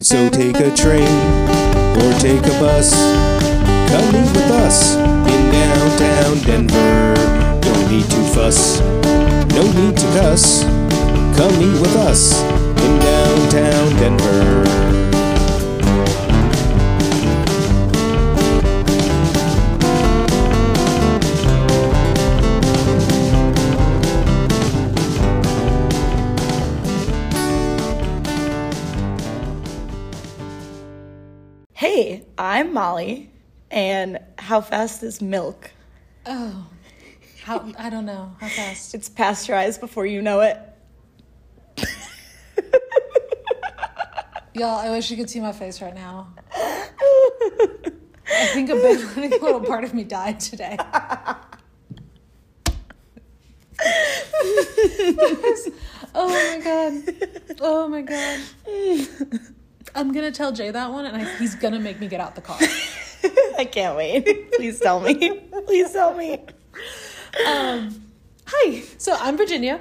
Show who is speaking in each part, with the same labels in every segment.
Speaker 1: So take a train or take a bus. Come meet with us in downtown Denver. Don't need to fuss, no need to cuss. Come meet with us in downtown Denver.
Speaker 2: Hey, I'm Molly, and how fast is milk?
Speaker 3: Oh, how I don't know how fast.
Speaker 2: It's pasteurized before you know it.
Speaker 3: Y'all, I wish you could see my face right now. I think a big I think a little part of me died today. oh my god! Oh my god! I'm gonna tell Jay that one, and I, he's gonna make me get out the car.
Speaker 2: I can't wait. Please tell me. Please tell me.
Speaker 3: Um, hi. So I'm Virginia,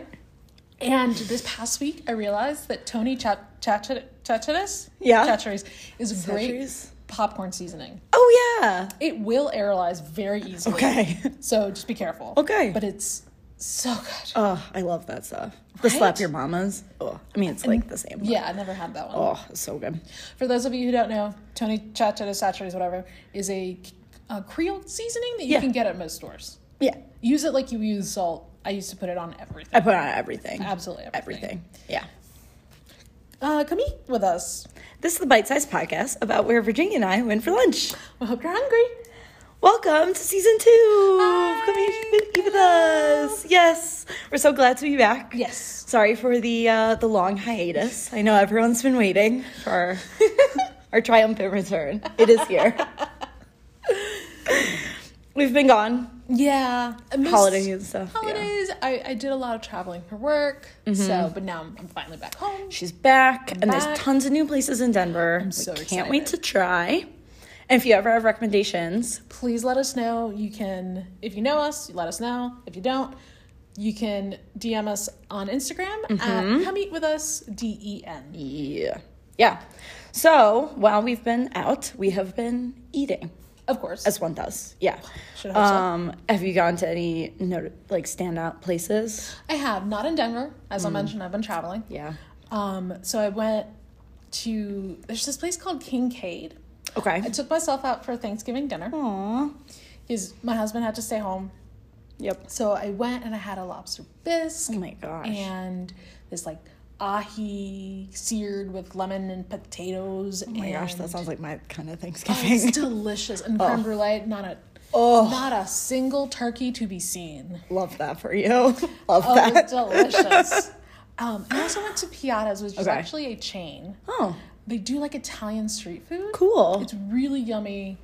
Speaker 3: and this past week I realized that Tony Chach- Chach- Chacharis,
Speaker 2: Yeah.
Speaker 3: Chacharis is a great
Speaker 2: Chacharis.
Speaker 3: popcorn seasoning.
Speaker 2: Oh yeah.
Speaker 3: It will aerolize very easily.
Speaker 2: Okay.
Speaker 3: So just be careful.
Speaker 2: Okay.
Speaker 3: But it's so good.
Speaker 2: Oh, I love that stuff. The slap
Speaker 3: Right?
Speaker 2: your mamas. Oh, I mean it's like the same. but-
Speaker 3: Yeah, I never had that one.
Speaker 2: Oh, it's so good.
Speaker 3: For those of you who don't know, Tony Chacharis, Chacharis, whatever, is a, a Creole seasoning that you
Speaker 2: Yeah.
Speaker 3: can get at most stores.
Speaker 2: Yeah,
Speaker 3: Use it like you use salt. I used to put it on everything.
Speaker 2: I put on everything.
Speaker 3: Absolutely everything.
Speaker 2: Everything. Yeah.
Speaker 3: Uh, come eat with us.
Speaker 2: This is the Bite Size Podcast about where Virginia and I went for lunch.
Speaker 3: We hope you're hungry.
Speaker 2: Welcome to season two. of Come eat with us. Yes, we're so glad to be back.
Speaker 3: Yes.
Speaker 2: Sorry for the uh, the long hiatus. I know everyone's been waiting for our, our triumphant return. It is here. We've been gone
Speaker 3: Yeah. I missed
Speaker 2: holidays and stuff. yeah.
Speaker 3: Holidays. I, I did a lot of traveling for work.
Speaker 2: Mm-hmm.
Speaker 3: So, but now I'm, I'm finally back home.
Speaker 2: She's back, and
Speaker 3: back.
Speaker 2: there's tons of new places in Denver. I'm
Speaker 3: so
Speaker 2: Can't wait to
Speaker 3: excited.
Speaker 2: try. And if you ever have recommendations,
Speaker 3: Please let us know. You can, if you know us, let us know. If you don't, you can DM us on Instagram
Speaker 2: Mm-hmm.
Speaker 3: at come eat with us D E N.
Speaker 2: yeah, yeah. So while we've been out, we have been eating.
Speaker 3: Of course.
Speaker 2: as one does. Yeah.
Speaker 3: Should hope so.
Speaker 2: Um, have you gone to any no, like standout places?
Speaker 3: I have not in Denver, as I mentioned. I've been traveling.
Speaker 2: Mm. Yeah.
Speaker 3: Um, so I went to there's this place called Kincaid.
Speaker 2: Okay.
Speaker 3: I took myself out for Thanksgiving dinner
Speaker 2: Aww.
Speaker 3: because my husband had to stay home.
Speaker 2: Yep.
Speaker 3: So I went and I had a lobster bisque
Speaker 2: Oh my gosh.
Speaker 3: and this like ahi seared with lemon and potatoes.
Speaker 2: oh my
Speaker 3: and
Speaker 2: gosh, that sounds like my kind of
Speaker 3: Oh, it's
Speaker 2: Thanksgiving.
Speaker 3: delicious and creme brulee. Not a
Speaker 2: Oh.
Speaker 3: not a single turkey to be seen.
Speaker 2: Love that for you. Love
Speaker 3: Oh, it
Speaker 2: that.
Speaker 3: was delicious. um, I also went to Piatta's, which is
Speaker 2: Okay.
Speaker 3: actually a chain.
Speaker 2: Oh,
Speaker 3: They do like Italian street food.
Speaker 2: cool.
Speaker 3: It's really yummy.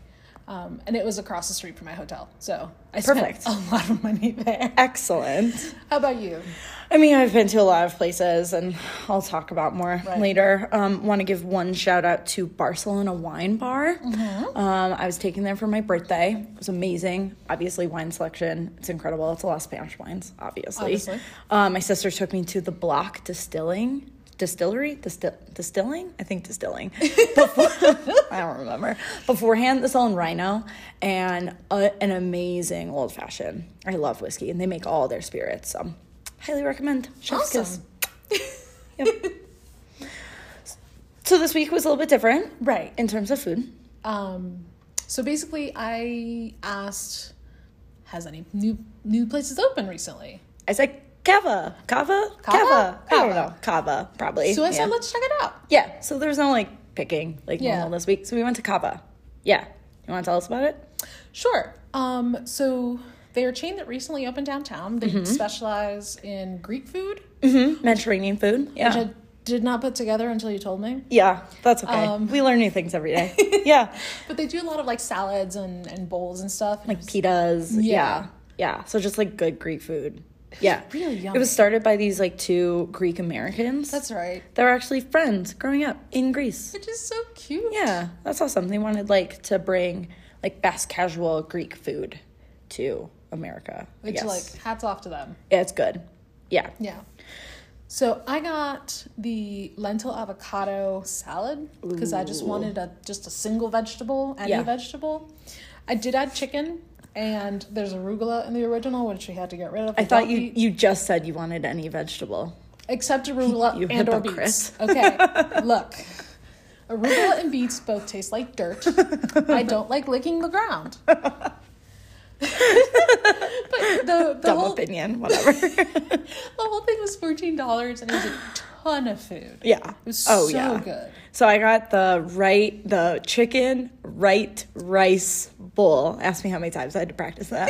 Speaker 3: Um, and it was across the street from my hotel. So I
Speaker 2: Perfect.
Speaker 3: spent a lot of money there.
Speaker 2: Excellent.
Speaker 3: How about you?
Speaker 2: I mean, I've been to a lot of places, and I'll talk about more
Speaker 3: Right.
Speaker 2: later. Um, Want to give one shout out to Barcelona Wine Bar.
Speaker 3: Mm-hmm.
Speaker 2: Um, I was taken there for my birthday. It was amazing. Obviously, wine selection. It's incredible. It's a lot of Spanish wines, obviously.
Speaker 3: Obviously.
Speaker 2: Um, my sister took me to the Block Distilling. Distillery, Distil- distilling, I think distilling. Before- I don't remember. Beforehand, this all in Rhino, and uh an amazing old fashioned. I love whiskey, and they make all their spirits. So, highly recommend. Chef's kiss.
Speaker 3: Awesome.
Speaker 2: So this week was a little bit different
Speaker 3: Right.
Speaker 2: in terms of food.
Speaker 3: Um, so basically, I asked, "Has any new new places opened recently?"
Speaker 2: I said cava, cava, cava. I
Speaker 3: Cava?
Speaker 2: don't know cava probably.
Speaker 3: So I
Speaker 2: yeah.
Speaker 3: said, "Let's check it out."
Speaker 2: yeah. So there's no like picking like
Speaker 3: Yeah.
Speaker 2: normal this week. So we went to cava. Yeah. You want to tell us about it?
Speaker 3: Sure. Um, so they're a chain that recently opened downtown.
Speaker 2: Mm-hmm.
Speaker 3: They specialize in Greek food,
Speaker 2: Mediterranean food. Yeah.
Speaker 3: which I did not put together until you told me.
Speaker 2: yeah. That's okay.
Speaker 3: Um,
Speaker 2: we learn new things every day. yeah.
Speaker 3: But they do a lot of like salads and, and bowls and stuff. And it
Speaker 2: like
Speaker 3: was-
Speaker 2: pitas. Yeah. yeah.
Speaker 3: Yeah.
Speaker 2: So just like good Greek food. Yeah.
Speaker 3: really
Speaker 2: It
Speaker 3: yummy.
Speaker 2: was started by these like two Greek Americans.
Speaker 3: that's right.
Speaker 2: They were actually friends growing up in Greece.
Speaker 3: Which is so cute.
Speaker 2: Yeah. That's awesome. They wanted like to bring like fast casual Greek food to America. I
Speaker 3: Which
Speaker 2: guess.
Speaker 3: like hats off to them.
Speaker 2: yeah, it's good. Yeah.
Speaker 3: Yeah. So I got the lentil avocado salad because I just wanted a just a single vegetable, any
Speaker 2: Yeah.
Speaker 3: vegetable. I did add chicken, and there's arugula in the original, which we had to get rid of.
Speaker 2: I
Speaker 3: We
Speaker 2: thought
Speaker 3: don't
Speaker 2: you,
Speaker 3: eat-
Speaker 2: you just said you wanted any vegetable.
Speaker 3: except arugula
Speaker 2: You
Speaker 3: and or
Speaker 2: hypocrite.
Speaker 3: beets. Okay, look, arugula and beets both taste like dirt. I don't like licking the ground. but the, the
Speaker 2: Dumb
Speaker 3: whole
Speaker 2: opinion, whatever.
Speaker 3: The whole thing was fourteen dollars, and it was a ton of food.
Speaker 2: yeah.
Speaker 3: it was
Speaker 2: oh
Speaker 3: so
Speaker 2: yeah.
Speaker 3: good.
Speaker 2: So I got the right the chicken right rice bowl. Ask me how many times I had to practice that.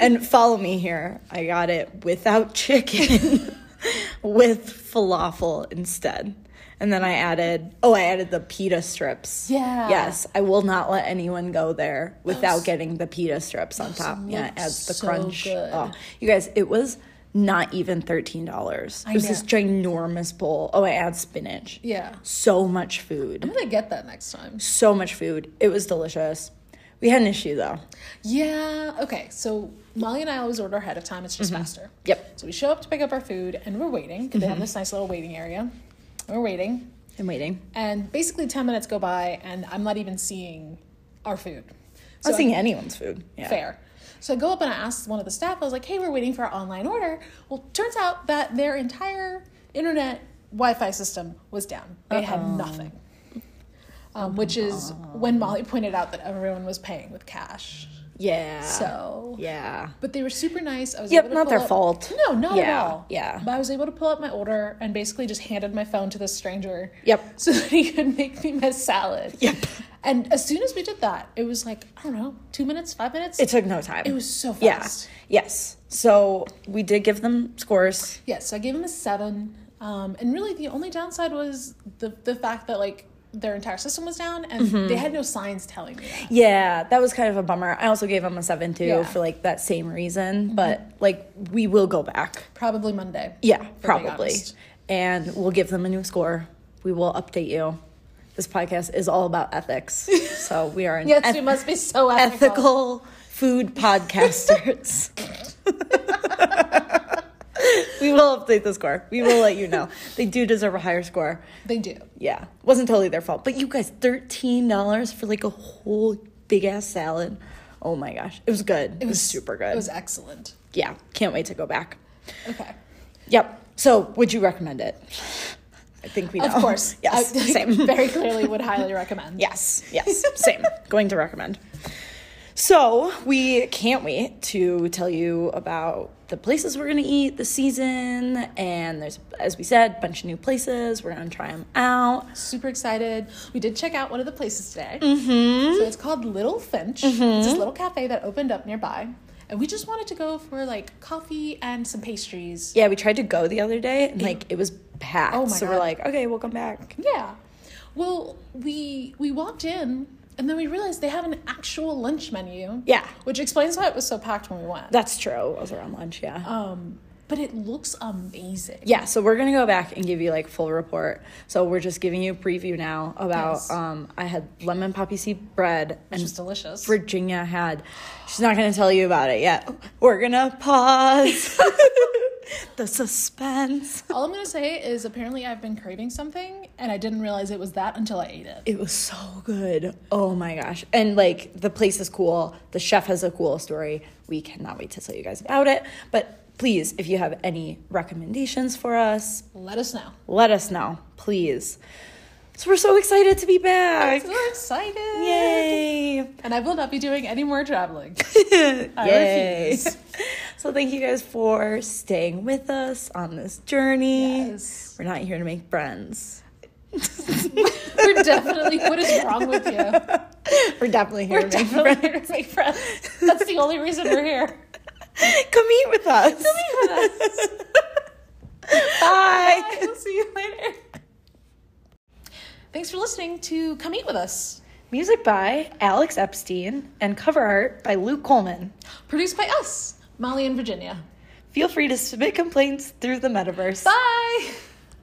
Speaker 2: and follow me here. I got it without chicken with falafel instead. And then I added oh I added the pita strips.
Speaker 3: Yeah.
Speaker 2: Yes. I will not let anyone go there without
Speaker 3: Those-
Speaker 2: getting the pita strips on top. Yeah, it
Speaker 3: look
Speaker 2: adds the
Speaker 3: so
Speaker 2: crunch.
Speaker 3: good.
Speaker 2: Oh, you guys, it was not even thirteen dollars. It was
Speaker 3: know.
Speaker 2: this ginormous bowl. Oh, I add spinach
Speaker 3: Yeah,
Speaker 2: so much food.
Speaker 3: I'm gonna get that next time.
Speaker 2: So much food. It was delicious. We had an issue though.
Speaker 3: Yeah. Okay. So Molly and I always order ahead of time. It's just faster.
Speaker 2: Mm-hmm. Yep. Mm-hmm.
Speaker 3: So we show up to pick up our food, and we're waiting. 'cause They have this nice little waiting area. We're waiting,
Speaker 2: I'm waiting.
Speaker 3: and basically ten minutes go by, and I'm not even seeing our food.
Speaker 2: I'm
Speaker 3: So
Speaker 2: not seeing anyone's food. Yeah.
Speaker 3: Fair. So I go up and I ask one of the staff, I was like, hey, we're waiting for our online order. Well, turns out that their entire internet Wi Fi system was down. They had nothing. Um, which is when Molly pointed out that everyone was paying with cash.
Speaker 2: Yeah.
Speaker 3: So.
Speaker 2: Yeah.
Speaker 3: But they were super nice. I was
Speaker 2: Yep,
Speaker 3: able to
Speaker 2: not
Speaker 3: pull
Speaker 2: their
Speaker 3: up-
Speaker 2: fault.
Speaker 3: No, not
Speaker 2: Yeah,
Speaker 3: at all.
Speaker 2: yeah.
Speaker 3: But I was able to pull up my order and basically just handed my phone to this stranger.
Speaker 2: Yep.
Speaker 3: So that he could make me my salad.
Speaker 2: Yep.
Speaker 3: And as soon as we did that, it was like, I don't know, two minutes, five minutes?
Speaker 2: It took no time.
Speaker 3: It was so
Speaker 2: Yeah.
Speaker 3: fast.
Speaker 2: Yes. So we did give them scores.
Speaker 3: Yeah, so I gave him a seven. Um, and really, the only downside was the the fact that like their entire system was down, and
Speaker 2: Mm-hmm.
Speaker 3: they had no signs telling me that.
Speaker 2: Yeah, that was kind of a bummer. I also gave them a seven too
Speaker 3: Yeah. Mm-hmm.
Speaker 2: for like that same reason. But like we will go back.
Speaker 3: Probably Monday.
Speaker 2: Yeah,
Speaker 3: being
Speaker 2: probably.
Speaker 3: honest.
Speaker 2: And we'll give them a new score. We will update you. This podcast is all about ethics. So we are an
Speaker 3: Yes,
Speaker 2: eth-
Speaker 3: we must be so ethical.
Speaker 2: ethical food podcasters. we will update the score. We will let you know. They do deserve a higher score.
Speaker 3: They do.
Speaker 2: Yeah. Wasn't totally their fault. But you guys, $13 for like a whole big ass salad. Oh my gosh. It was good. It was, super good.
Speaker 3: It was excellent.
Speaker 2: yeah. Can't wait to go back.
Speaker 3: Okay.
Speaker 2: Yep. So, would you recommend it? I think we know.
Speaker 3: Of course.
Speaker 2: Yes.
Speaker 3: I,
Speaker 2: same.
Speaker 3: Very clearly would highly recommend.
Speaker 2: yes. Yes. Same. Going to recommend. So, we can't wait to tell you about the places we're going to eat this season. And there's, as we said, a bunch of new places. We're going to try them out.
Speaker 3: Super excited. We did check out one of the places today. Mm-hmm. So it's called Little Finch. It's
Speaker 2: Mm-hmm.
Speaker 3: this little cafe that opened up nearby. And we just wanted to go for like coffee and some pastries.
Speaker 2: Yeah, we tried to go the other day and like it was packed.
Speaker 3: Oh my
Speaker 2: so, we're
Speaker 3: God.
Speaker 2: like, okay, we'll come back.
Speaker 3: Yeah. Well, we we walked in and then we realized they have an actual lunch menu.
Speaker 2: Yeah.
Speaker 3: Which explains why it was so packed when we went.
Speaker 2: That's true. It was around lunch. Yeah.
Speaker 3: um, but it looks amazing.
Speaker 2: yeah so we're gonna go back and give you like full report so we're just giving you a preview now about
Speaker 3: Yes.
Speaker 2: um i had lemon poppy seed bread
Speaker 3: Which
Speaker 2: and
Speaker 3: was delicious.
Speaker 2: virginia had she's not gonna tell you about it yet we're gonna pause the suspense
Speaker 3: All I'm gonna say is apparently I've been craving something and I didn't realize it was that until I ate it.
Speaker 2: it was so good oh my gosh and like the place is cool the chef has a cool story we cannot wait to tell you guys about it but please if you have any recommendations for us
Speaker 3: Let us know.
Speaker 2: let us know, please. So we're so excited to be back.
Speaker 3: I'm so excited.
Speaker 2: Yay.
Speaker 3: And I will not be doing any more traveling. I
Speaker 2: Yay.
Speaker 3: refuse.
Speaker 2: So thank you guys for staying with us on this journey.
Speaker 3: Yes.
Speaker 2: We're not here to make friends.
Speaker 3: We're definitely what is wrong with you?
Speaker 2: We're definitely here
Speaker 3: We're
Speaker 2: to make
Speaker 3: definitely here to make friends. That's the only reason we're here.
Speaker 2: friends. Come eat with us. Bye.
Speaker 3: We'll see you later. Thanks for listening to Come Eat With Us.
Speaker 2: Music by Alex Epstein and cover art by Luke Coleman.
Speaker 3: Produced by us, Molly and Virginia.
Speaker 2: Feel free to submit complaints through the metaverse.
Speaker 3: Bye!